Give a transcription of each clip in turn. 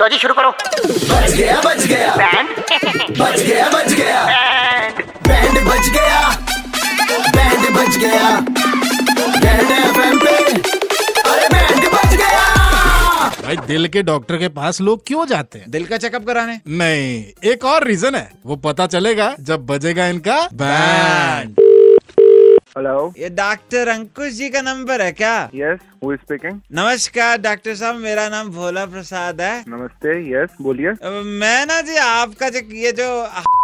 लो जी शुरू करो बच गया बच गया बैंड बच गया बच गया बैंड बैंड बच गया बैंड बच गया बैंड एफएम पे अरे बैंड बच गया भाई दिल के डॉक्टर के पास लोग क्यों जाते हैं दिल का चेकअप कराने नहीं एक और रीजन है वो पता चलेगा जब बजेगा इनका बैंड हेलो ये डॉक्टर अंकुश जी का नंबर है क्या यस हु इज स्पीकिंग नमस्कार डॉक्टर साहब मेरा नाम भोला प्रसाद है नमस्ते यस बोलिए अ, मैं ना जी आपका जो ये जो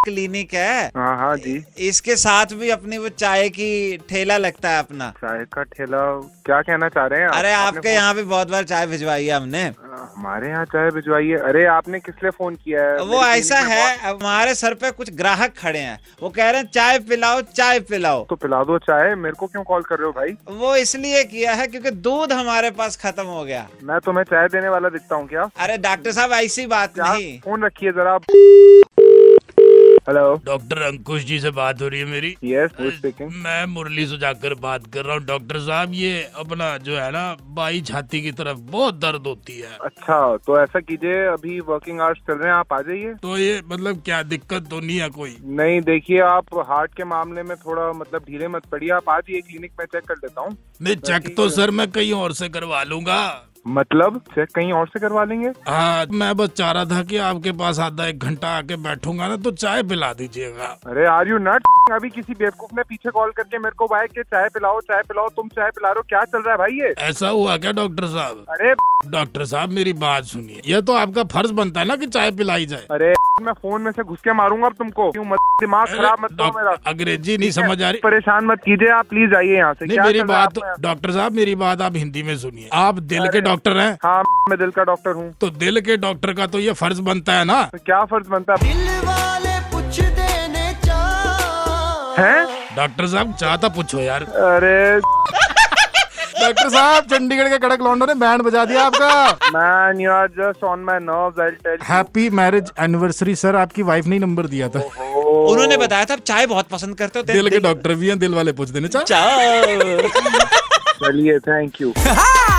क्लिनिक है हाँ हाँ जी इसके साथ भी अपनी वो चाय की ठेला लगता है अपना चाय का ठेला क्या कहना चाह रहे हैं आप? अरे हाँ, आपने आपके यहाँ भी बहुत बार चाय भिजवाई है हमने फोन- आ, हमारे यहाँ चाय भिजवाइए अरे आपने किस लिए फोन किया है वो मेरी ऐसा clinic में है बहुत- अब हमारे सर पे कुछ ग्राहक खड़े हैं वो कह रहे हैं चाय पिलाओ चाय पिलाओ तो पिला दो चाय मेरे को क्यों कॉल कर रहे हो भाई वो इसलिए किया है क्योंकि दूध हमारे पास खत्म हो गया मैं तुम्हें चाय देने वाला दिखता हूँ क्या अरे डॉक्टर साहब ऐसी बात क्या नहीं फोन रखिए जरा आप हेलो डॉक्टर अंकुश जी से बात हो रही है मेरी यस हु स्पीकिंग मैं मुरली सुजाकर बात कर रहा हूँ डॉक्टर साहब ये अपना जो है ना बाई छाती की तरफ बहुत दर्द होती है अच्छा तो ऐसा कीजिए अभी वर्किंग आवर्स चल रहे हैं आप आ जाइए तो ये मतलब क्या दिक्कत तो नहीं है कोई नहीं देखिए आप हार्ट के मामले में थोड़ा मतलब ढीले मत पड़िए आप आज ही क्लिनिक में चेक कर लेता हूँ नहीं चेक तो सर मैं कहीं और से करवा लूंगा मतलब चेक कहीं और से करवा लेंगे हाँ मैं बस चाह रहा था कि आपके पास आधा एक घंटा आके बैठूंगा ना तो चाय पिला दीजिएगा अरे आर यू नट अभी किसी बेवकूफ ने पीछे कॉल करके मेरे को भाई के चाय पिलाओ चाय पिलाओ तुम चाय पिला रहे हो क्या चल रहा है भाई ये ऐसा हुआ क्या डॉक्टर साहब अरे डॉक्टर साहब मेरी बात सुनिए यह तो आपका फर्ज बनता है ना कि चाय पिलाई जाए अरे मैं फोन में से घुस के मारूंगा अब तुमको क्यों मत दिमाग खराब मत करो मेरा डॉक्टर- अंग्रेजी नहीं समझ आ रही परेशान मत कीजिए आप प्लीज आइए यहाँ से नहीं क्या मेरी चल रहा है बात आपको यहाँ? डॉक्टर साहब मेरी बात आप हिंदी में सुनिए आप दिल के डॉक्टर हैं हाँ मैं दिल का डॉक्टर हूँ तो दिल के डॉक्टर का तो ये फर्ज बनता है ना तो क्या फर्ज बनता है दिल वाले पूछ देने चाह हैं? डॉक्टर साहब चाहता पूछो यार अरे डॉक्टर साहब चंडीगढ़ के कड़क लौंडो ने बैंड बजा दिया आपका man you are just on my nerves I tell happy marriage anniversary sir आपकी वाइफ ने ही नंबर दिया था उन्होंने बताया था आप चाय बहुत पसंद करते हो दिल के डॉक्टर भी हैं दिल वाले पूछ देने चाह चाय चलिए थैंक यू